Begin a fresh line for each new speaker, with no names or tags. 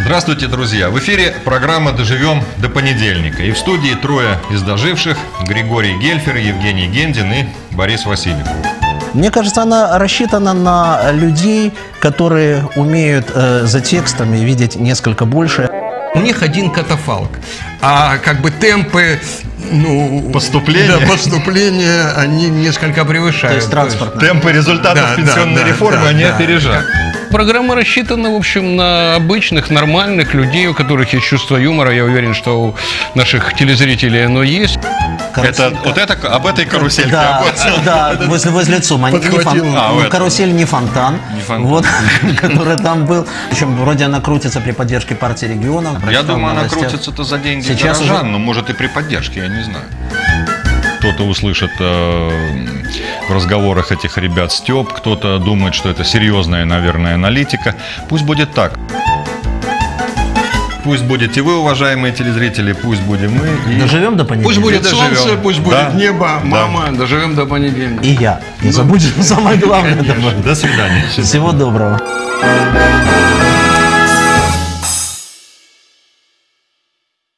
Здравствуйте, друзья! В эфире программа «Доживем до понедельника». И в студии трое из доживших – Григорий Гельфер, Евгений Гендин и Борис Васильев.
Мне кажется, она рассчитана на людей, которые умеют э, за текстами видеть несколько больше.
Э,
У них один катафалк. А как бы темпы, ну...
Поступления?
Да, поступления, они несколько превышают.
То есть транспортная.
Темпы результатов
Да, да,
пенсионной
да,
реформы
да,
они
да.
опережают.
Программа рассчитана, в общем, на обычных, нормальных людей, у которых есть чувство юмора. Я уверен, что у наших телезрителей оно есть.
Это
Карусель-
вот это об этой карусельке.
Да,
об этом.
да, возле, возле ЦУМа. Не
Подхватил.
фон-
А,
ну,
в этом.
карусель не фонтан,
фонтан.
Вот, который там был. Причем вроде она крутится при поддержке партии регионов.
Я
Прочитал в
думаю, она
новостях.
крутится-то за деньги
Сейчас
горожан,
уже-
но может и при поддержке, я не знаю. Кто-то услышит э, в разговорах этих ребят Степ, кто-то думает, что это серьезная, наверное, аналитика. Пусть будет так. Пусть будете вы, уважаемые телезрители, пусть будем мы. и-
Доживем до
Пусть
понедельника.
будет
Доживем.
солнце, пусть
Да.
будет небо, а
Да.
мама, доживем до понедельника.
И я. Не забудь самое главное.
До свидания.
Всего доброго.